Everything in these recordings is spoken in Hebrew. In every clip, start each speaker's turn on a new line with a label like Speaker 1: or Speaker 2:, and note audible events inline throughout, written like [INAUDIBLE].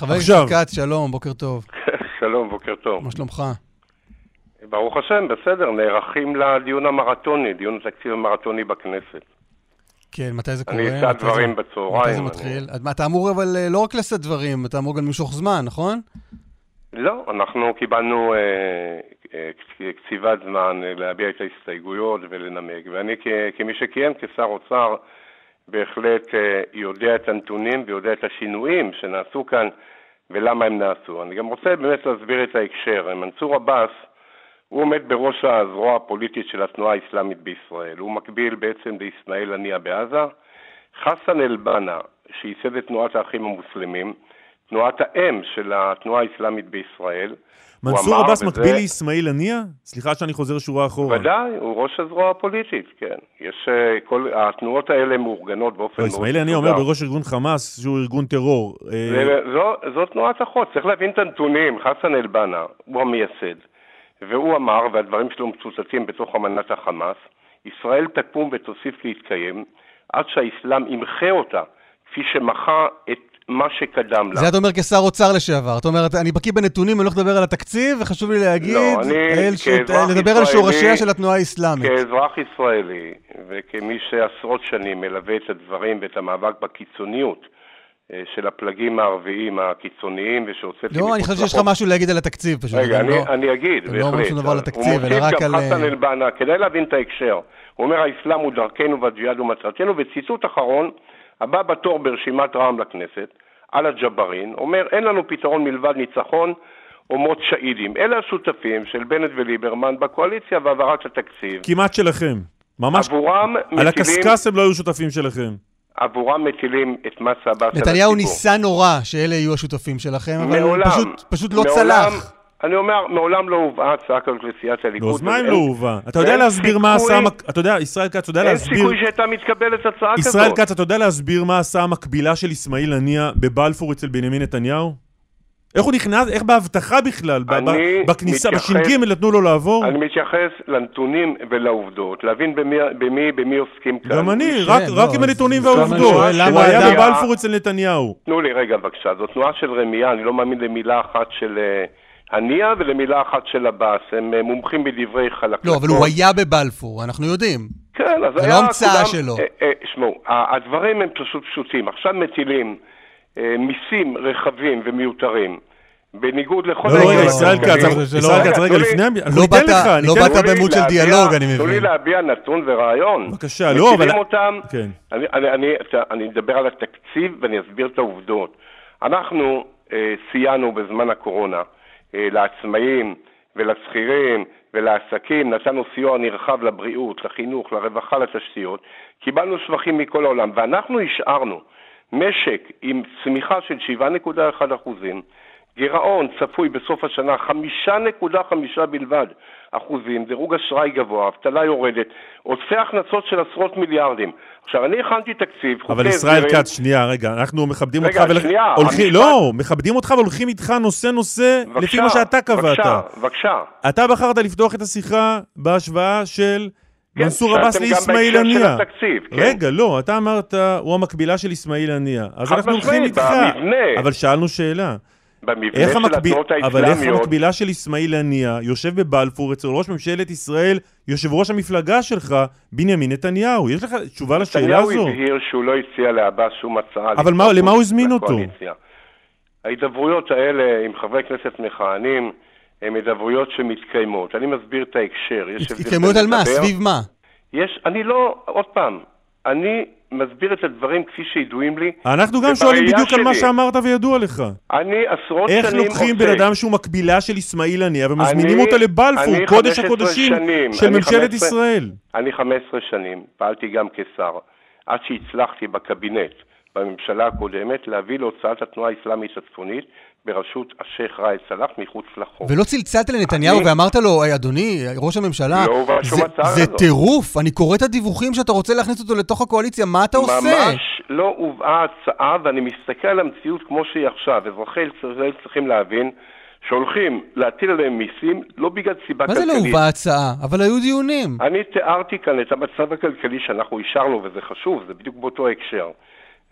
Speaker 1: חבר הכנסת
Speaker 2: עכשיו.
Speaker 1: כץ, שלום, בוקר טוב.
Speaker 3: [LAUGHS] שלום, בוקר טוב.
Speaker 1: מה שלומך?
Speaker 3: ברוך השם, בסדר, נערכים לדיון המרתוני, דיון התקציב המרתוני בכנסת.
Speaker 1: כן, מתי זה קורה?
Speaker 3: אני אשא
Speaker 1: מתי זה-
Speaker 3: דברים
Speaker 1: מתי
Speaker 3: בצהריים.
Speaker 1: זה
Speaker 3: אני-
Speaker 1: מתחיל? אז מה, אתה אמור אבל אה, לא רק לשאת דברים, אתה אמור גם למשוך זמן, נכון?
Speaker 3: לא, אנחנו קיבלנו אה, אה, קצ- קציבת זמן אה, להביע את ההסתייגויות ולנמק, ואני כ- כמי שכיהן כשר אוצר בהחלט אה, יודע את הנתונים ויודע את השינויים שנעשו כאן ולמה הם נעשו. אני גם רוצה באמת להסביר את ההקשר. מנסור עבאס, הוא עומד בראש הזרוע הפוליטית של התנועה האסלאמית בישראל. הוא מקביל בעצם לישמעאל הנייה בעזה. חסן אל-בנה, שייסד את תנועת האחים המוסלמים, תנועת האם של התנועה האסלאמית בישראל, הוא
Speaker 2: מנסור
Speaker 3: אמר
Speaker 2: עבאס
Speaker 3: בזה-
Speaker 2: מקביל לאסמאעיל הנייה? סליחה שאני חוזר שורה אחורה.
Speaker 3: ודאי, הוא ראש הזרוע הפוליטית, כן. יש, אה, כל, התנועות האלה מאורגנות באופן...
Speaker 2: לא,
Speaker 3: מאוד
Speaker 2: אסמאעיל הנייה אומר
Speaker 3: מסודר.
Speaker 2: בראש ארגון חמאס שהוא ארגון טרור. אה,
Speaker 3: זה- זו, זו תנועת החוץ, צריך להבין את הנתונים. חסן אל-בנה הוא המייסד, והוא אמר, והדברים שלו מצוטטים בתוך אמנת החמאס, ישראל תקום ותוסיף להתקיים עד שהאסלאם ימחה אותה, כפי שמחה את מה שקדם לה.
Speaker 1: זה אתה אומר כשר אוצר לשעבר. אתה אומר, "אתה- אני בקיא בנתונים, אני הולך לדבר על התקציב, וחשוב לי להגיד,
Speaker 3: לא, אני
Speaker 1: אל ש-
Speaker 3: כאזרח
Speaker 1: לדבר על שורשיה
Speaker 3: ישראלי-
Speaker 1: של התנועה האסלאמית.
Speaker 3: כאזרח ישראלי, וכמי שעשרות שנים מלווה את הדברים ואת המאבק בקיצוניות אה, של הפלגים הערביים הקיצוניים, ושהוצאתי
Speaker 1: לא, אני
Speaker 3: מחוץ
Speaker 1: חושב שיש לך
Speaker 3: לחוק.
Speaker 1: משהו להגיד על התקציב, פשוט.
Speaker 3: רגע,
Speaker 1: אתם
Speaker 3: אני,
Speaker 1: לא-
Speaker 3: אני אגיד,
Speaker 1: אתם
Speaker 3: בהחלט.
Speaker 1: לא אומרים שום דבר על
Speaker 3: הוא
Speaker 1: התקציב, אלא
Speaker 3: מוסיף
Speaker 1: רק
Speaker 3: גם
Speaker 1: על...
Speaker 3: חסן
Speaker 1: אה,
Speaker 3: אל-בנה, כדאי להבין את ההקשר. הוא אומר, האסלאם הוא דרכנו והג'יהאד הוא מטרתנו, וציטוט אחרון, הבא בתור ברשימת רע"מ לכנסת, על הג'בארין, אומר, אין לנו פתרון מלבד ניצחון אומות שהידים. אלה השותפים של בנט וליברמן בקואליציה והעברת התקציב.
Speaker 2: כמעט שלכם. ממש.
Speaker 3: עבורם
Speaker 2: על
Speaker 3: מטילים,
Speaker 2: הקשקש הם לא היו שותפים שלכם.
Speaker 3: עבורם מטילים את מס הבא של הציבור.
Speaker 1: נתניהו ניסה נורא שאלה יהיו השותפים שלכם, אבל הוא
Speaker 3: מעולם,
Speaker 1: פשוט- פשוט לא
Speaker 3: מעולם-
Speaker 1: צלח.
Speaker 3: אני אומר, מעולם לא הובאה הצעה כזאת לסיעת הליכוד.
Speaker 2: נו, אז מה אם
Speaker 3: ואין-
Speaker 2: לא הובא? אתה יודע
Speaker 3: ואין
Speaker 2: להסביר מה
Speaker 3: סיכוי-
Speaker 2: עשה... המק- אתה יודע, ישראל כץ, אתה יודע
Speaker 3: אין
Speaker 2: להסביר...
Speaker 3: סיכוי שהייתה מתקבלת הצעה כזאת.
Speaker 2: ישראל כץ, אתה יודע להסביר מה עשה המקבילה של אסמאעיל הנייה בבלפור אצל בנימין נתניהו? איך הוא נכנס, איך בהבטחה בכלל, ב-
Speaker 3: אני
Speaker 2: ב- בכניסה,
Speaker 3: מתייחס-
Speaker 2: בש"ג נתנו לו לעבור?
Speaker 3: אני מתייחס לנתונים ולעובדות, להבין במי, במי, במי עוסקים כאן.
Speaker 2: גם אני,
Speaker 1: כן,
Speaker 2: רק
Speaker 1: לא,
Speaker 2: רק עם
Speaker 1: אז-
Speaker 2: הנתונים
Speaker 1: אז אני
Speaker 2: והעובדות.
Speaker 1: שואל למה
Speaker 2: הוא היה
Speaker 1: אדם-
Speaker 2: בבלפור אצל נתניהו.
Speaker 3: תנו לי רגע בבקשה, זו תנועה של רמייה, אני לא מאמין למילה אחת של אה, הנייה ולמילה אחת של עבאס, הם אה, מומחים בדברי חלקלקות.
Speaker 1: לא, אבל הוא היה בבלפור, אנחנו יודעים.
Speaker 3: כן, אז
Speaker 1: זה
Speaker 3: היה...
Speaker 1: לא המצאה
Speaker 3: כולם-
Speaker 1: שלו.
Speaker 3: אה, אה, שמעו, ה- הדברים הם פשוט פשוטים. עכשיו מטילים אה, מיסים רחבים ומיותרים, בניגוד לכל... אה,
Speaker 2: לא, לא, רגע,
Speaker 1: לא,
Speaker 2: ישראל
Speaker 1: לא,
Speaker 2: כץ,
Speaker 1: לא, זה לא-
Speaker 2: ישראל כץ, רגע,
Speaker 3: תנו לי-
Speaker 2: לפני... אנחנו
Speaker 1: לא
Speaker 2: ניתן
Speaker 1: באת-
Speaker 2: לך, אני
Speaker 1: לא
Speaker 2: אתן
Speaker 1: באת
Speaker 2: לך.
Speaker 3: תנו לי
Speaker 1: בעמוד של
Speaker 3: כן להביע-
Speaker 1: דיאלוג, אני
Speaker 3: תנו
Speaker 1: מבין.
Speaker 3: לי להביע נתון ורעיון.
Speaker 2: בבקשה, לא, אבל-
Speaker 3: מציבים אותם...
Speaker 2: כן.
Speaker 3: אני, אני, אני, אתה- אני אדבר על התקציב ואני אסביר את העובדות. אנחנו אה, סייענו בזמן הקורונה אה, לעצמאים ולשכירים ולעסקים, נתנו סיוע נרחב לבריאות, לחינוך, לרווחה, לתשתיות, קיבלנו שבחים מכל העולם, ואנחנו השארנו משק עם צמיחה של 7.1 אחוזים, גירעון צפוי בסוף השנה 5.5 בלבד אחוזים, דירוג אשראי גבוה, אבטלה יורדת, עודפי הכנסות של עשרות מיליארדים. עכשיו, אני הכנתי תקציב, חוקי
Speaker 2: אבל ישראל
Speaker 3: הסדרים,
Speaker 2: כץ, שנייה, רגע, אנחנו מכבדים
Speaker 3: אוקיי, רגע,
Speaker 2: אותך ולכ-
Speaker 3: שנייה,
Speaker 2: הולכים,
Speaker 3: המשפט-
Speaker 2: לא, מכבדים אותך והולכים איתך נושא-נושא, לפי מה שאתה קבעת.
Speaker 3: בבקשה, בבקשה.
Speaker 2: אתה בחרת לפתוח את השיחה בהשוואה של
Speaker 3: כן,
Speaker 2: מנסור
Speaker 3: שאתם
Speaker 2: עבאס
Speaker 3: גם
Speaker 2: לאסמאעיל
Speaker 3: בהקשר של
Speaker 2: הנייה.
Speaker 3: התקציב, כן.
Speaker 2: רגע, לא, אתה אמרת, הוא המקבילה של אסמאעיל הנייה. אז
Speaker 3: חד
Speaker 2: אנחנו הולכים
Speaker 3: משמעית,
Speaker 2: איתך.
Speaker 3: במבנה.
Speaker 2: אבל שאלנו שאלה.
Speaker 3: במבנה
Speaker 2: איך
Speaker 3: של
Speaker 2: המקביל...
Speaker 3: התנועות
Speaker 2: אבל איך
Speaker 3: האסלאמיות,
Speaker 2: המקבילה של אסמאעיל הנייה יושב בבלפור אצל ראש ממשלת ישראל, יושב ראש המפלגה שלך, בנימין נתניהו? יש לך תשובה לשאלה
Speaker 3: נתניהו
Speaker 2: הזו?
Speaker 3: הבהיר שהוא לא הציע לעבאס שום הצעה.
Speaker 2: אבל מה-
Speaker 3: להצטרפות
Speaker 2: למה הוא הזמין אותו?
Speaker 3: לקואליציה. ההידברויות האלה עם חברי כנסת מכהנים הן הידברויות שמתקיימות. אני מסביר את ההקשר. יש הבדל
Speaker 1: התקיימות
Speaker 3: בין
Speaker 1: על מה?
Speaker 3: לדבר-
Speaker 1: סביב מה?
Speaker 3: יש, אני לא, עוד פעם, אני מסביר את הדברים כפי שידועים לי.
Speaker 2: אנחנו גם
Speaker 3: ובראייה
Speaker 2: שואלים בדיוק על מה
Speaker 3: שלי.
Speaker 2: שאמרת וידוע לך.
Speaker 3: אני עשרות שנים
Speaker 2: איך
Speaker 3: עוסק.
Speaker 2: לוקחים בן אדם שהוא מקבילה של אסמאעיל הנייה ומזמינים
Speaker 3: אני-
Speaker 2: אותו לבלפור,
Speaker 3: אני
Speaker 2: קודש
Speaker 3: 15
Speaker 2: הקודשים
Speaker 3: שנים,
Speaker 2: של
Speaker 3: אני
Speaker 2: ממשלת
Speaker 3: 15
Speaker 2: ישראל?
Speaker 3: אני 15 שנים פעלתי גם כשר, עד שהצלחתי בקבינט, בממשלה הקודמת, להביא להוצאת התנועה האסלאמית הצפונית בראשות השייח' ראאד סלאח מחוץ לחוק.
Speaker 1: ולא צלצלת לנתניהו
Speaker 3: אני-
Speaker 1: ואמרת לו, "היי, אדוני, ראש הממשלה,
Speaker 3: לא הובא שום
Speaker 1: זה-
Speaker 3: הצעה
Speaker 1: זה
Speaker 3: כזאת."
Speaker 1: טירוף, אני קורא את הדיווחים שאתה רוצה להכניס אותו לתוך הקואליציה, מה אתה עושה?
Speaker 3: ממש לא הובאה הצעה, ואני מסתכל על המציאות כמו שהיא עכשיו. אזרחי ישראל צריכים להבין שהולכים להטיל עליהם מיסים לא בגלל סיבה
Speaker 1: מה זה
Speaker 3: כלכלית.
Speaker 1: לא הובאה הצעה? אבל היו דיונים.
Speaker 3: אני תיארתי כאן את המצב הכלכלי שאנחנו אישרנו, וזה חשוב, זה בדיוק באותו הקשר.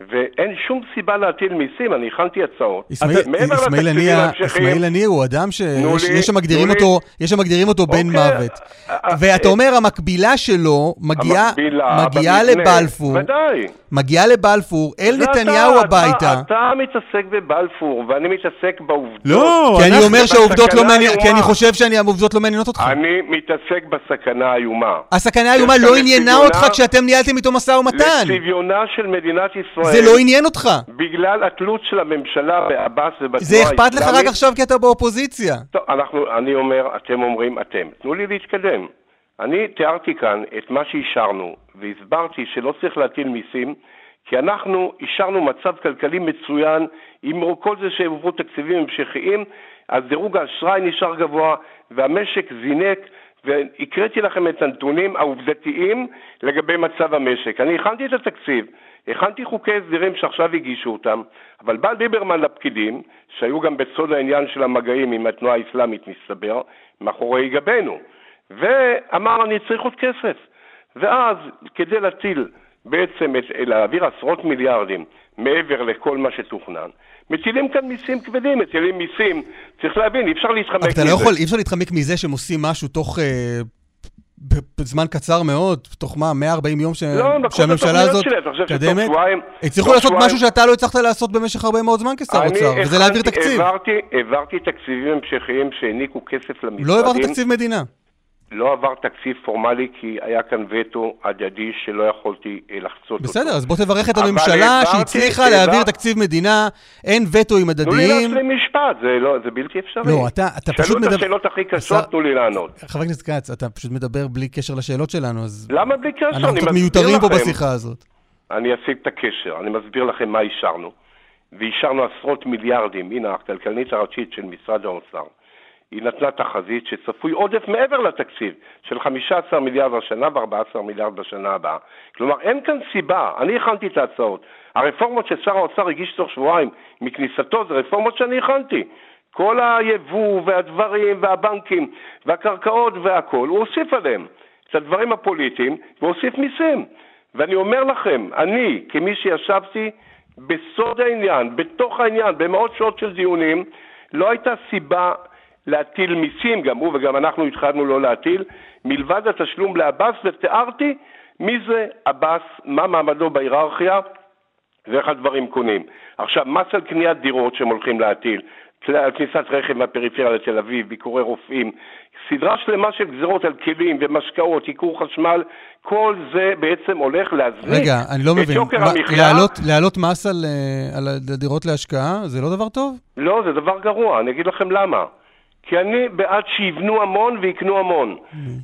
Speaker 3: ואין שום סיבה להטיל מיסים, אני הכנתי הצעות.
Speaker 1: אסמאעיל-
Speaker 3: אז מעבר
Speaker 1: אסמאעיל
Speaker 3: לתקציבים
Speaker 1: הנייה-
Speaker 3: ההמשכיים-
Speaker 1: אסמאעיל הנייה הוא אדם
Speaker 3: תנו לי-
Speaker 1: שיש שמגדירים
Speaker 3: תנו לי.
Speaker 1: אותו, יש שמגדירים אותו בן
Speaker 3: אוקיי,
Speaker 1: מוות.
Speaker 3: אה, אה,
Speaker 1: ואתה
Speaker 3: אה,
Speaker 1: אומר, המקבילה שלו מגיעה
Speaker 3: המקבילה
Speaker 1: מגיעה
Speaker 3: במבנה.
Speaker 1: לבלפור,
Speaker 3: ודאי.
Speaker 1: מגיעה לבלפור, אל
Speaker 3: זה אתה-
Speaker 1: נתניהו
Speaker 3: אתה-
Speaker 1: הביתה.
Speaker 3: אתה מתעסק בבלפור, ואני מתעסק בעובדות.
Speaker 2: לא,
Speaker 1: כי אני
Speaker 2: אנחנו-
Speaker 1: אומר
Speaker 3: בסכנה
Speaker 1: שהעובדות לא
Speaker 3: איומה.
Speaker 1: מעניינות, כי אני חושב שהעובדות לא מעניינות אותך.
Speaker 3: אני מתעסק בסכנה האיומה.
Speaker 1: הסכנה האיומה
Speaker 3: יש
Speaker 1: לא
Speaker 3: כאן
Speaker 1: עניינה
Speaker 3: לצביונה-
Speaker 1: אותך כשאתם ניהלתם איתו משא ומתן.
Speaker 3: לצביונה של מדינת ישראל.
Speaker 1: זה לא עניין אותך.
Speaker 3: בגלל התלות של הממשלה בעבאס ובתנועה
Speaker 1: זה אכפת לך רק
Speaker 3: האסלאמית.
Speaker 1: עכשיו כי אתה באופוזיציה.
Speaker 3: טוב, אנחנו, אני אומר, אתם אומרים אתם. תנו לי להתקדם. אני תיארתי כאן את מה שאישרנו, והסברתי שלא צריך להטיל מיסים, כי אנחנו אישרנו מצב כלכלי מצוין, עם כל זה שהועברו תקציבים המשכיים, אז דירוג האשראי נשאר גבוה, והמשק זינק, והקראתי לכם את הנתונים העובדתיים לגבי מצב המשק. אני הכנתי את התקציב, הכנתי חוקי הסדרים שעכשיו הגישו אותם, אבל בא ליברמן לפקידים, שהיו גם בסוד העניין של המגעים עם התנועה האסלאמית, מסתבר, מאחורי גבנו, ואמר, אני צריך עוד כסף. ואז, כדי להטיל בעצם, את, להעביר עשרות מיליארדים מעבר לכל מה שתוכנן, מטילים כאן מיסים כבדים, מטילים מיסים, צריך להבין, אי אפשר להתחמק
Speaker 1: אבל
Speaker 3: מזה.
Speaker 1: אתה לא יכול, אי אפשר להתחמק מזה שהם עושים משהו תוך אה, ב- ב- זמן קצר מאוד, תוך מה, 140 יום ש-
Speaker 3: לא, הם לקחו את
Speaker 1: שהממשלה
Speaker 3: התוכניות
Speaker 1: הזאת
Speaker 3: שלהם, אתה חושב שתוך
Speaker 1: קדמת?
Speaker 3: שבועיים-
Speaker 1: הצליחו
Speaker 3: תוך
Speaker 1: לעשות
Speaker 3: שבועיים-
Speaker 1: משהו שאתה לא הצלחת לעשות במשך הרבה מאוד זמן כשר
Speaker 3: אני
Speaker 1: אוצר, וזה
Speaker 3: הכנתי-
Speaker 1: להעביר תקציב.
Speaker 3: העברתי, העברתי תקציבים המשכיים שהעניקו כסף למשרדים.
Speaker 1: לא העברת תקציב מדינה.
Speaker 3: לא עבר תקציב פורמלי כי היה כאן וטו הדדי שלא יכולתי אה, לחצות
Speaker 1: בסדר,
Speaker 3: אותו.
Speaker 1: אז בוא תברך את
Speaker 3: אבל
Speaker 1: הממשלה
Speaker 3: העברתי-
Speaker 1: שהצליחה
Speaker 3: העבר-
Speaker 1: להעביר תקציב מדינה, אין וטואים
Speaker 3: תנו לי
Speaker 1: הדדיים.
Speaker 3: להשלים משפט, זה, לא, זה בלתי אפשרי.
Speaker 1: לא, אתה- אתה פשוט
Speaker 3: שאלו את
Speaker 1: מדבר-
Speaker 3: השאלות הכי קשות,
Speaker 1: השר-
Speaker 3: תנו לי לענות.
Speaker 1: חבר הכנסת כץ, אתה פשוט מדבר בלי קשר לשאלות שלנו, אז
Speaker 3: למה בלי קשר?
Speaker 1: אנחנו
Speaker 3: אני
Speaker 1: קצת
Speaker 3: מסביר
Speaker 1: מיותרים פה
Speaker 3: לכם.
Speaker 1: בשיחה הזאת.
Speaker 3: אני אשיג את הקשר, אני מסביר לכם מה אישרנו. ואישרנו עשרות מיליארדים, הנה הכלכלנית הראשית של משרד האוצר. היא נתנה תחזית שצפוי עודף מעבר לתקציב של 15 מיליארד השנה ו-14 מיליארד בשנה הבאה. כלומר, אין כאן סיבה, אני הכנתי את ההצעות. הרפורמות ששר האוצר הגיש תוך שבועיים מכניסתו זה רפורמות שאני הכנתי. כל היבוא והדברים והבנקים והקרקעות והכול, הוא הוסיף עליהם את הדברים הפוליטיים והוסיף מיסים. ואני אומר לכם, אני, כמי שישבתי בסוד העניין, בתוך העניין, במאות שעות של דיונים, לא הייתה סיבה להטיל מיסים, גם הוא וגם אנחנו התחייבנו לא להטיל, מלבד התשלום לעבאס, ותיארתי מי זה עבאס, מה מעמדו בהיררכיה, ואיך הדברים קונים. עכשיו, מס על קניית דירות שהם הולכים להטיל, על כניסת רכב מהפריפריה לתל אביב, ביקורי רופאים, סדרה שלמה של גזרות על כלים ומשקאות, עיקור חשמל, כל זה בעצם הולך להזניק
Speaker 1: רגע, אני לא
Speaker 3: את
Speaker 1: מבין.
Speaker 3: יוקר
Speaker 1: מה,
Speaker 3: המחיה.
Speaker 1: להעלות- להעלות מס על, אה, על הדירות להשקעה זה לא דבר טוב?
Speaker 3: לא, זה דבר גרוע, אני אגיד לכם למה. כי אני בעד שיבנו המון ויקנו המון.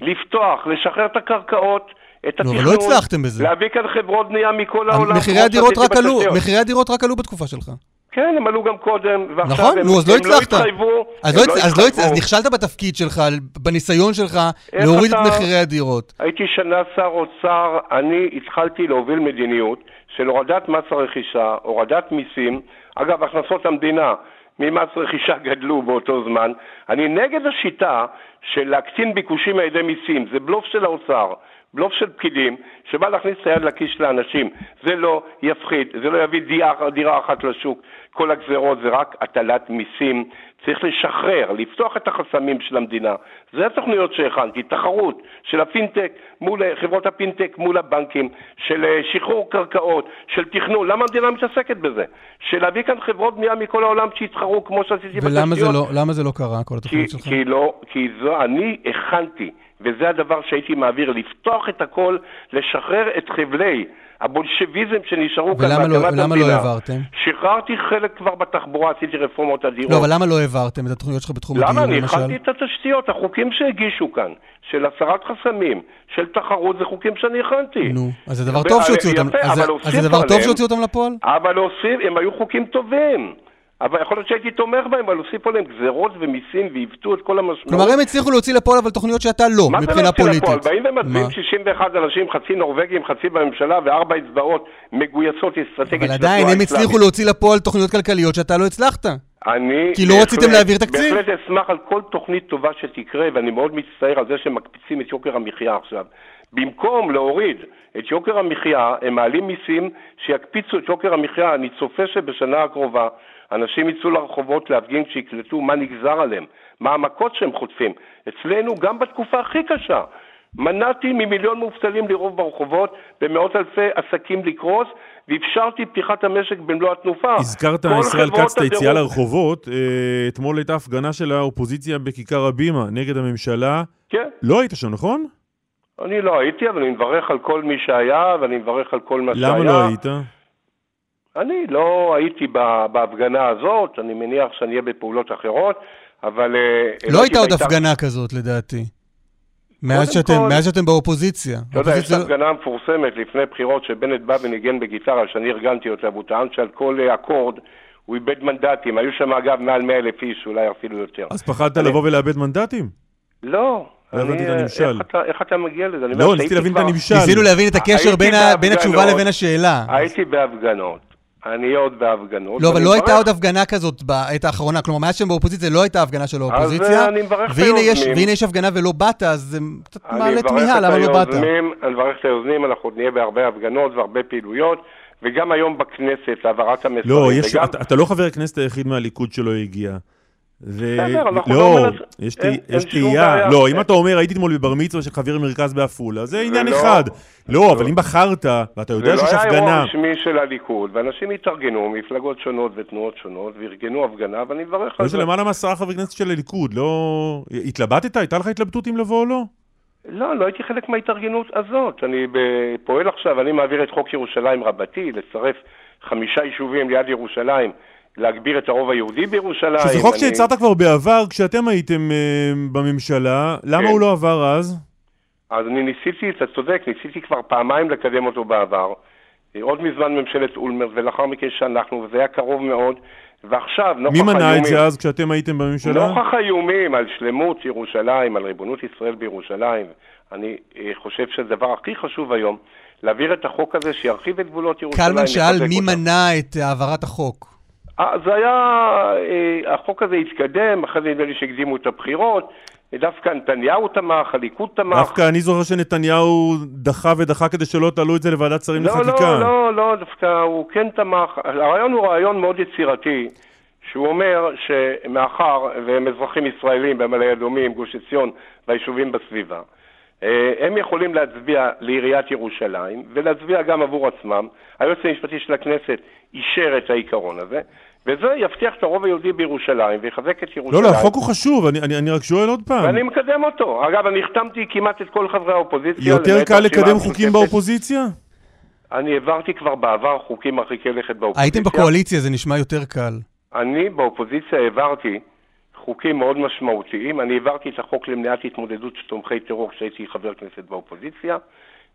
Speaker 3: לפתוח, לשחרר את הקרקעות, את
Speaker 1: לא, אבל
Speaker 3: התכנון.
Speaker 1: לא הצלחתם בזה.
Speaker 3: להביא כאן חברות בנייה מכל העולם.
Speaker 1: מחירי
Speaker 3: לא, כמו
Speaker 1: הדירות
Speaker 3: שעשיתי
Speaker 1: רק עלו,
Speaker 3: בתשתיות.
Speaker 1: מחירי הדירות רק עלו בתקופה שלך.
Speaker 3: כן, הם עלו גם קודם, ועכשיו
Speaker 1: נכון?
Speaker 3: הם,
Speaker 1: נו, אז לא
Speaker 3: הם
Speaker 1: הצלחת.
Speaker 3: לא התחייבו.
Speaker 1: אז
Speaker 3: הם
Speaker 1: לא הצ- אז לא הצ-
Speaker 3: התחייבו.
Speaker 1: אז נכשלת בתפקיד שלך, בניסיון שלך,
Speaker 3: איך
Speaker 1: להוריד את
Speaker 3: אתה-
Speaker 1: מחירי הדירות.
Speaker 3: הייתי שנה שר אוצר, אני התחלתי להוביל מדיניות של הורדת מס הרכישה, הורדת מיסים. אגב, הכנסות המדינה ממס רכישה [LAUGHS] גדלו באותו זמן. אני נגד השיטה של להקטין ביקושים על ידי מיסים. זה בלוף של האוצר, בלוף של פקידים, שבא להכניס את היד לכיס של האנשים. זה לא יפחית, זה לא יביא דירה, דירה אחת לשוק. כל הגזרות זה רק הטלת מיסים. צריך לשחרר, לפתוח את החסמים של המדינה. זה התוכניות שהכנתי, תחרות של הפינטק מול אה, חברות הפינטק, מול הבנקים, של אה, שחרור קרקעות, של תכנון. למה המדינה מתעסקת בזה? של להביא כאן חברות בנייה מכל העולם שיתחרו, כמו שעשיתי
Speaker 1: ולמה זה
Speaker 3: בתשתיות.
Speaker 1: לא- למה זה לא קרה, כל
Speaker 3: כי,
Speaker 1: התוכנית שלך?
Speaker 3: כי לא, כי זו, אני הכנתי, וזה הדבר שהייתי מעביר, לפתוח את הכל, לשחרר את חבלי הבולשביזם שנשארו כאן
Speaker 1: ולמה לא-
Speaker 3: בהקמת
Speaker 1: ולמה לא
Speaker 3: המדינה.
Speaker 1: העברתם?
Speaker 3: שחררתי חלק כבר בתחבורה, עשיתי רפורמות אדירות.
Speaker 1: לא, אבל למה לא העברתם את התוכניות שלך בתחום
Speaker 3: למה?
Speaker 1: הדיור,
Speaker 3: אני הכנתי
Speaker 1: למשל?
Speaker 3: את התשתיות, החוקים שהגישו כאן, של הסרת חסמים, של תחרות, זה חוקים שאני הכנתי.
Speaker 1: נו, אז זה דבר
Speaker 3: ו- אה,
Speaker 1: טוב שהוציאו
Speaker 3: יפה,
Speaker 1: אותם. אז
Speaker 3: אבל
Speaker 1: זה- אז
Speaker 3: הוסיפו
Speaker 1: זה דבר טוב
Speaker 3: עליהם.
Speaker 1: שהוציאו אותם לפועל?
Speaker 3: אבל עושים, הם היו חוקים טובים. אבל יכול להיות שהייתי תומך בהם, אבל הוסיפו להם גזרות ומיסים ועיוותו את כל המשמעות.
Speaker 1: כלומר, הם הצליחו להוציא לפועל אבל תוכניות שאתה לא,
Speaker 3: לא. מה זה
Speaker 1: מבחינה
Speaker 3: להוציא
Speaker 1: פוליטית.
Speaker 3: לפועל? באים
Speaker 1: מה?
Speaker 3: ומצביעים 61 אנשים, חצי נורבגים, חצי בממשלה, וארבע אצבעות מגויסות אסטרטגית.
Speaker 1: אבל
Speaker 3: של
Speaker 1: עדיין,
Speaker 3: התנועה
Speaker 1: הם הצליחו
Speaker 3: האסלאמית.
Speaker 1: להוציא לפועל תוכניות כלכליות שאתה לא הצלחת.
Speaker 3: אני...
Speaker 1: כי לא
Speaker 3: בהחלט-
Speaker 1: רציתם להעביר תקציב.
Speaker 3: בהחלט אשמח על כל תוכנית טובה שתקרה, ואני מאוד מצטער על זה שמקפיצים את יוקר המחיה עכשיו. במקום להוריד את יוקר המחיה, הם מעלים מיסים שיקפיצו את יוקר המחיה. אני צופה שבשנה הקרובה אנשים יצאו לרחובות להפגין כשיקלטו מה נגזר עליהם, מה המכות שהם חוטפים. אצלנו, גם בתקופה הכי קשה, מנעתי ממיליון מובטלים לרוב ברחובות, במאות אלפי עסקים לקרוס, ואפשרתי פתיחת המשק במלוא התנופה.
Speaker 2: הזכרת,
Speaker 3: אה, כל
Speaker 2: ישראל
Speaker 3: חברות
Speaker 2: כץ, את היציאה
Speaker 3: הדירוג-
Speaker 2: לרחובות. אה, אתמול הייתה הפגנה של האופוזיציה בכיכר הבימה נגד הממשלה.
Speaker 3: כן.
Speaker 2: לא היית שם, נכון?
Speaker 3: אני לא הייתי, אבל אני מברך על כל מי שהיה, ואני מברך על כל מה שהיה.
Speaker 2: למה לא היית?
Speaker 3: אני לא הייתי ב- בהפגנה הזאת, אני מניח שאני אהיה בפעולות אחרות, אבל... אה,
Speaker 1: לא
Speaker 3: הבנתי
Speaker 1: הייתה עוד
Speaker 3: והייתה-
Speaker 1: הפגנה כזאת, לדעתי. מאז
Speaker 3: קודם
Speaker 1: שאתם-
Speaker 3: כל-
Speaker 1: מאז שאתם באופוזיציה.
Speaker 3: אתה יודע, יש את
Speaker 1: האופוזיציה לא-
Speaker 3: ההפגנה המפורסמת לפני בחירות שבנט בא וניגן בגיטרה, שאני ארגנתי אותה, והוא טען שעל כל אה, אקורד הוא איבד מנדטים. היו שם, אגב, מעל 100 אלף איש, אולי אפילו יותר.
Speaker 2: אז פחדת
Speaker 3: אני-
Speaker 2: לבוא ולאבד מנדטים?
Speaker 3: לא.
Speaker 2: לא הבנתי
Speaker 3: אני,
Speaker 2: את
Speaker 3: אה,
Speaker 2: הנמשל.
Speaker 3: איך אתה- איך אתה מגיע לזה? אני אומר,
Speaker 2: לא, ניסיתי
Speaker 3: שהייתי
Speaker 2: להבין את
Speaker 3: כבר-
Speaker 2: הנמשל.
Speaker 1: ניסינו להבין את הקשר
Speaker 3: הייתי
Speaker 1: בין ה- בין
Speaker 3: בהפגנות.
Speaker 1: התשובה לבין השאלה.
Speaker 3: הייתי בהפגנות. אני עוד בהפגנות.
Speaker 1: לא, אבל
Speaker 3: ואני
Speaker 1: לא הייתה
Speaker 3: מברך.
Speaker 1: עוד הפגנה כזאת בעת האחרונה. כלומר, מאז שהם באופוזיציה, לא הייתה הפגנה של האופוזיציה.
Speaker 3: אה, אני מברך את
Speaker 1: והנה יש-
Speaker 3: היוזמים.
Speaker 1: והנה יש הפגנה ולא באת, אז זה קצת
Speaker 3: אני
Speaker 1: מעלה
Speaker 3: מברך
Speaker 1: תמיהה,
Speaker 3: את
Speaker 1: למה לא באת?
Speaker 3: היוזמים, אני מברך את היוזמים, אנחנו עוד נהיה בהרבה הפגנות והרבה פעילויות, וגם היום בכנסת, העברת המסרים.
Speaker 2: לא, יש-
Speaker 3: וגם-
Speaker 2: אתה- אתה לא חבר הכנסת היחיד מהליכוד שלא הגיע. ו-
Speaker 3: בסדר, אנחנו
Speaker 2: לא,
Speaker 3: לא מנס-
Speaker 2: יש ת-
Speaker 3: אין- אין
Speaker 2: יש
Speaker 3: שום
Speaker 2: תהייה.
Speaker 3: בעיה.
Speaker 2: לא, אם אתה אומר, הייתי אתמול בבר מצווה של חבר מרכז בעפולה, זה עניין
Speaker 3: לא-
Speaker 2: אחד. לא, אבל אם בחרת, ואתה יודע שיש
Speaker 3: זה לא היה אירוע
Speaker 2: הפגנה...
Speaker 3: רשמי של הליכוד, ואנשים התארגנו, מפלגות שונות ותנועות שונות, וארגנו הפגנה, ואני מברך על
Speaker 2: יש
Speaker 3: זה.
Speaker 2: למעלה מעשרה חברי כנסת של הליכוד, לא... התלבטת? הייתה לך התלבטות אם לבוא או לא?
Speaker 3: לא, לא הייתי חלק מההתארגנות הזאת. אני ב- פועל עכשיו, אני מעביר את חוק ירושלים רבתי, לצרף חמישה יישובים ליד ירושלים, להגביר את הרוב היהודי בירושלים.
Speaker 2: שזה חוק
Speaker 3: אה, אני-
Speaker 2: שהצעת כבר בעבר, כשאתם הייתם אה, בממשלה, למה
Speaker 3: כן.
Speaker 2: הוא לא עבר אז?
Speaker 3: אז אני ניסיתי, אתה צודק, ניסיתי כבר פעמיים לקדם אותו בעבר. אה, עוד מזמן ממשלת אולמרט, ולאחר מכן שאנחנו, וזה היה קרוב מאוד. ועכשיו, נוכח
Speaker 2: מי מנע את
Speaker 3: האיומים-
Speaker 2: זה אז כשאתם הייתם בממשלה?
Speaker 3: נוכח האיומים על שלמות ירושלים, על ריבונות ישראל בירושלים, אני אה, חושב שהדבר הכי חשוב היום, להעביר את החוק הזה שירחיב את גבולות ירושלים.
Speaker 1: קלמן שאל
Speaker 3: יחזק
Speaker 1: מי
Speaker 3: אותה.
Speaker 1: מנע את העברת החוק.
Speaker 3: אה, זה היה, אה, החוק הזה התקדם, אחרי זה נדמה לי שהקדימו את הבחירות, דווקא נתניהו תמך, הליכוד תמך.
Speaker 2: דווקא אני זוכר שנתניהו דחה ודחה כדי שלא תעלו את זה לוועדת שרים
Speaker 3: לא,
Speaker 2: לחקיקה.
Speaker 3: לא, לא, לא, דווקא הוא כן תמך. הרעיון הוא רעיון מאוד יצירתי, שהוא אומר שמאחר והם אזרחים ישראלים במעלה אדומים, גוש עציון והיישובים בסביבה, אה, הם יכולים להצביע לעיריית ירושלים ולהצביע גם עבור עצמם. היועץ המשפטי של הכנסת אישר את העיקרון הזה, וזה יבטיח את הרוב היהודי בירושלים ויחזק את
Speaker 2: לא,
Speaker 3: ירושלים.
Speaker 2: לא, החוק הוא חשוב, אני- אני אני רק שואל עוד פעם.
Speaker 3: ואני מקדם אותו. אגב, אני החתמתי כמעט את כל חברי האופוזיציה.
Speaker 2: יותר
Speaker 3: למעט
Speaker 2: קל
Speaker 3: הרשימה
Speaker 2: לקדם חוקים
Speaker 3: המשותפת.
Speaker 2: באופוזיציה?
Speaker 3: אני העברתי כבר בעבר חוקים מרחיקי לכת באופוזיציה.
Speaker 1: הייתם בקואליציה, זה נשמע יותר קל.
Speaker 3: אני באופוזיציה העברתי חוקים מאוד משמעותיים. אני העברתי את החוק למניעת התמודדות של תומכי טרור כשהייתי חבר כנסת באופוזיציה.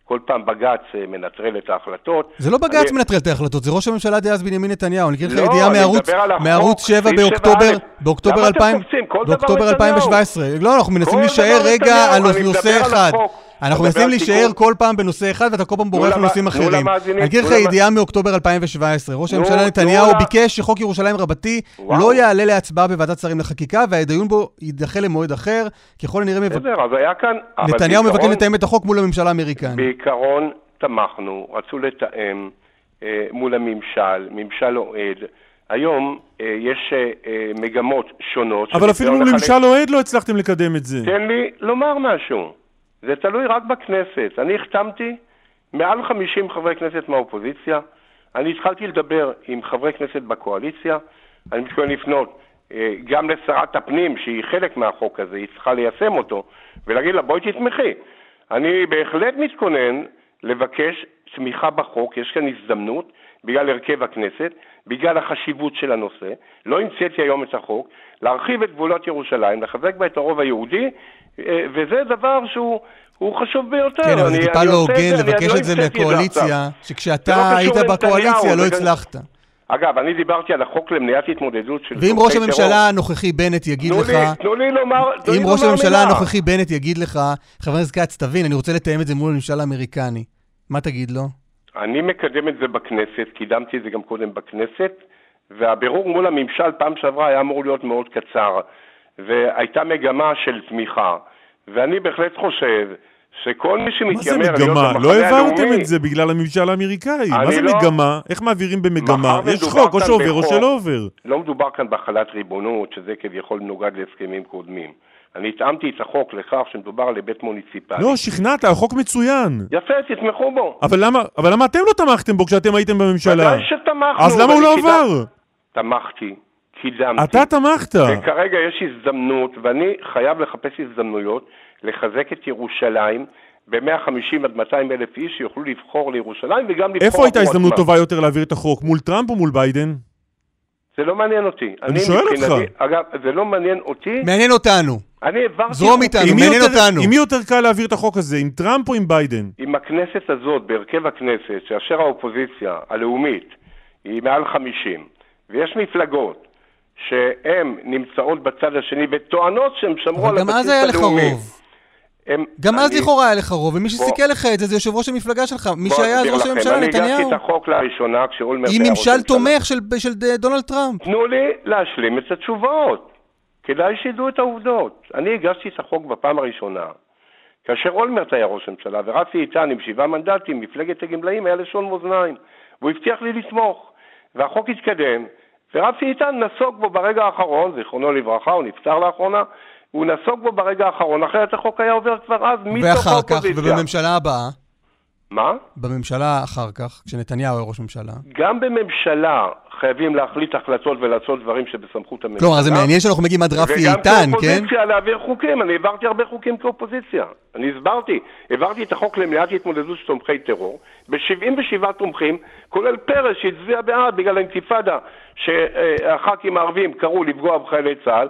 Speaker 3: כל פעם בג"ץ אה, מנטרל את ההחלטות.
Speaker 1: זה לא בג"ץ
Speaker 3: אני-
Speaker 1: מנטרל את ההחלטות, זה ראש הממשלה דאז בנימין נתניהו. אני אקריא לך
Speaker 3: לא,
Speaker 1: ידיעה
Speaker 3: אני
Speaker 1: מערוץ-
Speaker 3: מדבר על החוק,
Speaker 1: מערוץ 7
Speaker 3: סעיף
Speaker 1: באוקטובר,
Speaker 3: 7א.
Speaker 1: באוקטובר
Speaker 3: למה אתם
Speaker 1: 2000,
Speaker 3: קופצים? כל דבר
Speaker 1: באוקטובר
Speaker 3: נתניהו.
Speaker 1: 2017. לא, אנחנו מנסים
Speaker 3: כל
Speaker 1: להישאר
Speaker 3: דבר
Speaker 1: רגע
Speaker 3: נתניהו,
Speaker 1: על
Speaker 3: אני מדבר
Speaker 1: נושא
Speaker 3: על
Speaker 1: אחד.
Speaker 3: החוק.
Speaker 1: אנחנו
Speaker 3: אתה
Speaker 1: מנסים
Speaker 3: מדבר על
Speaker 1: להישאר
Speaker 3: תיקון.
Speaker 1: כל פעם בנושא אחד, ואתה כל פעם בורח
Speaker 3: למ-
Speaker 1: לנושאים
Speaker 3: תנו
Speaker 1: אחרים.
Speaker 3: למאזינים,
Speaker 1: אני אקריא לך
Speaker 3: תנו למ-
Speaker 1: ידיעה מאוקטובר 2017. ראש
Speaker 3: תנו-
Speaker 1: הממשלה
Speaker 3: תנו
Speaker 1: נתניהו
Speaker 3: לה-
Speaker 1: ביקש שחוק ירושלים רבתי
Speaker 3: וואו.
Speaker 1: לא יעלה להצבעה בוועדת שרים לחקיקה, והדיון בו יידחה למועד אחר. ככל הנראה מבק-
Speaker 3: בסדר, אז היה כאן... אבל
Speaker 1: נתניהו מבקש
Speaker 3: בעיקרון-
Speaker 1: לתאם את החוק מול הממשל האמריקני.
Speaker 3: בעיקרון תמכנו, רצו לתאם אה, מול הממשל, ממשל אוהד. היום אה, יש אה, אה, מגמות שונות. של
Speaker 2: אבל אפילו
Speaker 3: ניסיון לחלק-
Speaker 2: ממשל אוהד לא הצלחתם לקדם את זה.
Speaker 3: תן לי לומר משהו. זה תלוי רק בכנסת. אני החתמתי מעל 50 חברי כנסת מהאופוזיציה. אני התחלתי לדבר עם חברי כנסת בקואליציה. אני מתכוון לפנות אה, גם לשרת הפנים, שהיא חלק מהחוק הזה, היא צריכה ליישם אותו, ולהגיד לה, בואי תתמכי. אני בהחלט מתכונן לבקש תמיכה בחוק, יש כאן הזדמנות, בגלל הרכב הכנסת, בגלל החשיבות של הנושא, לא המצאתי היום את החוק, להרחיב את גבולות ירושלים, לחזק בה את הרוב היהודי, אה, וזה דבר שהוא הוא חשוב ביותר.
Speaker 1: כן, אבל זה
Speaker 3: אני-
Speaker 1: טיפה
Speaker 3: אני
Speaker 1: לא
Speaker 3: עושה
Speaker 1: הוגן
Speaker 3: אני
Speaker 1: לבקש
Speaker 3: לא
Speaker 1: את זה
Speaker 3: המצאתי עכשיו.
Speaker 1: מהקואליציה,
Speaker 3: זה לא
Speaker 1: שכשאתה
Speaker 3: קשור
Speaker 1: היית
Speaker 3: לנתניהו,
Speaker 1: בקואליציה לא
Speaker 3: זה גם-
Speaker 1: הצלחת.
Speaker 3: אגב, אני דיברתי על החוק למניעת התמודדות של...
Speaker 1: ואם
Speaker 3: תומכי
Speaker 1: ראש
Speaker 3: טרור.
Speaker 1: הממשלה הנוכחי בנט יגיד
Speaker 3: תנו
Speaker 1: לך...
Speaker 3: אוקיי, לי- תנו לי לומר תנו לי
Speaker 1: אם ראש
Speaker 3: לומר
Speaker 1: הממשלה
Speaker 3: מילה.
Speaker 1: הנוכחי בנט יגיד לך, חבר הכנסת כץ, תבין, אני רוצה לתאם את זה מול הממשל האמריקני, מה תגיד לו?
Speaker 3: אני מקדם את זה בכנסת, קידמתי את זה גם קודם בכנסת, והבירור מול הממשל פעם שעברה היה אמור להיות מאוד קצר, והייתה מגמה של תמיכה. ואני בהחלט חושב שכל מי
Speaker 2: מה זה
Speaker 3: שמתיימר להיות
Speaker 2: מגמה?
Speaker 3: במחנה
Speaker 2: לא העברתם
Speaker 3: הלאומי,
Speaker 2: את זה בגלל הממשל האמריקאי. מה
Speaker 3: אני
Speaker 2: זה
Speaker 3: לא-
Speaker 2: מגמה? איך מעבירים במגמה?
Speaker 3: מאחר
Speaker 2: יש
Speaker 3: ומדובר
Speaker 2: חוק, או
Speaker 3: כאן
Speaker 2: שעובר או
Speaker 3: בחוק,
Speaker 2: שלא עובר.
Speaker 3: לא מדובר כאן בהחלת ריבונות, שזה כביכול מנוגד להסכמים קודמים. אני התאמתי את החוק לכך שמדובר על היבט מוניציפלי.
Speaker 2: לא, שכנעת, החוק מצוין.
Speaker 3: יפה, תתמכו בו.
Speaker 2: אבל למה, אבל למה אתם לא תמכתם בו כשאתם הייתם בממשלה?
Speaker 3: ודאי שתמכנו.
Speaker 2: אז למה הוא
Speaker 3: ואני
Speaker 2: לא עבר?
Speaker 3: קידמ- תמכתי, קידמתי.
Speaker 2: אתה תמכת.
Speaker 3: וכרגע יש הזדמנות, ואני חייב לחפש הזדמנויות לחזק את ירושלים ב-150 עד 200 אלף איש שיוכלו לבחור לירושלים וגם לבחור
Speaker 2: איפה
Speaker 3: עבור
Speaker 2: הייתה הזדמנות
Speaker 3: עצמם.
Speaker 2: טובה יותר להעביר את החוק? מול טראמפ או מול ביידן?
Speaker 3: זה לא מעניין אותי.
Speaker 2: שואל אותך.
Speaker 3: מבחינתי- אגב, זה לא מעניין אותי.
Speaker 1: מעניין אותנו.
Speaker 3: אני העברתי...
Speaker 1: זרום איתנו.
Speaker 2: עם מי
Speaker 1: כן, מעניין
Speaker 2: יותר-
Speaker 1: אותנו.
Speaker 2: עם מי יותר קל להעביר את החוק הזה? עם טראמפ או עם ביידן?
Speaker 3: אם הכנסת הזאת, בהרכב הכנסת, שאשר האופוזיציה הלאומית היא מעל 50, ויש מפלגות שהן נמצאות בצד השני וטוענות שהן שמרו על
Speaker 1: אבל גם אז היה לך רוב.
Speaker 3: הם-
Speaker 1: גם אז
Speaker 3: אני-
Speaker 1: לכאורה היה לך רוב, ומי שסיכל
Speaker 3: בוא-
Speaker 1: לך את זה זה יושב ראש המפלגה שלך, מי
Speaker 3: בוא
Speaker 1: שהיה אז
Speaker 3: אסביר
Speaker 1: ראש
Speaker 3: לכם.
Speaker 1: הממשלה,
Speaker 3: אני הגשתי
Speaker 1: נתניהו.
Speaker 3: את החוק לראשונה כשאולמרט היה
Speaker 1: עם
Speaker 3: ראש
Speaker 1: ממשל
Speaker 3: הממשלה.
Speaker 1: תומך של- של אה, דונלד טראמפ.
Speaker 3: תנו לי להשלים את התשובות. כדאי שידעו את העובדות. אני הגשתי את החוק בפעם הראשונה, כאשר אולמרט היה ראש ממשלה, ורצתי איתן עם שבעה מנדטים, מפלגת הגמלאים היה לשון מאזניים, והוא הבטיח לי לתמוך. והחוק התקדם, ורצתי איתן, נסוג בו ברגע האחרון, זיכרונו לברכה, הוא נפטר לאחרונה, הוא נסוג בו ברגע האחרון, אחרת החוק היה עובר כבר אז מתוך
Speaker 1: ואחר כך,
Speaker 3: האופוזיציה.
Speaker 1: ובממשלה הבאה,
Speaker 3: מה?
Speaker 1: בממשלה אחר כך, כשנתניהו היה ראש ממשלה.
Speaker 3: גם בממשלה חייבים להחליט החלטות ולעשות דברים שבסמכות הממשלה.
Speaker 1: כלומר, לא, זה מעניין שאנחנו מגיעים עד רפי איתן,
Speaker 3: וגם
Speaker 1: כן?
Speaker 3: כאופוזיציה להעביר חוקים, אני העברתי הרבה חוקים כאופוזיציה. אני הסברתי, העברתי את החוק למניעת התמודדות של תומכי טרור, ב-77 תומכים, כולל פרס שהצביע בעד בגלל האינתיפאדה שהח"כים הערבים קראו לפגוע בחיילי צה"ל.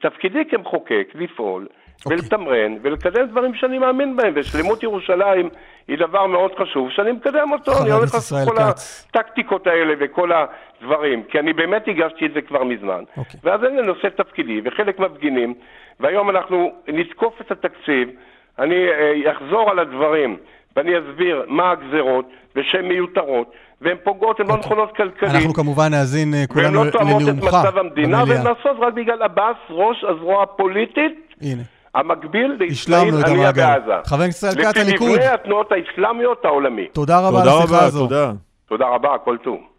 Speaker 3: תפקידי כמחוקק לפעול
Speaker 1: אוקיי.
Speaker 3: ולתמרן ולקדם דברים שאני מאמין בהם, ושלמות ירושלים היא דבר מאוד חשוב שאני מקדם אותו.
Speaker 1: חבר
Speaker 3: אני לא
Speaker 1: הכנסת
Speaker 3: נכנס
Speaker 1: ישראל
Speaker 3: לכל
Speaker 1: כץ.
Speaker 3: הטקטיקות האלה וכל הדברים, כי אני באמת הגשתי את זה כבר מזמן.
Speaker 1: אוקיי.
Speaker 3: ואז אני נושא תפקידי, וחלק מפגינים, והיום אנחנו נתקוף את התקציב, אני אה, אחזור על הדברים, ואני אסביר מה הגזרות, ושהן מיותרות, והן פוגעות, הן לא נכונות כלכלית,
Speaker 1: אוקיי. אנחנו כמובן נאזין אה,
Speaker 3: והן
Speaker 1: כולנו
Speaker 3: לא תואמות את
Speaker 1: לנאומך
Speaker 3: מצב המדינה, והן
Speaker 1: במליאה.
Speaker 3: נעשות רק בגלל עבאס, ראש הזרוע הפוליטית,
Speaker 1: הנה.
Speaker 3: המקביל לישראל
Speaker 1: השלמנו את
Speaker 3: ענייה
Speaker 1: המעגל.
Speaker 3: בעזה.
Speaker 1: חבר הכנסת ישראל כץ,
Speaker 3: לפי
Speaker 1: הליכוד.
Speaker 3: דברי התנועות האסלאמיות העולמי.
Speaker 1: תודה רבה על
Speaker 2: תודה
Speaker 1: השיחה
Speaker 2: רבה,
Speaker 1: הזו.
Speaker 2: תודה.
Speaker 3: תודה רבה, כל טוב.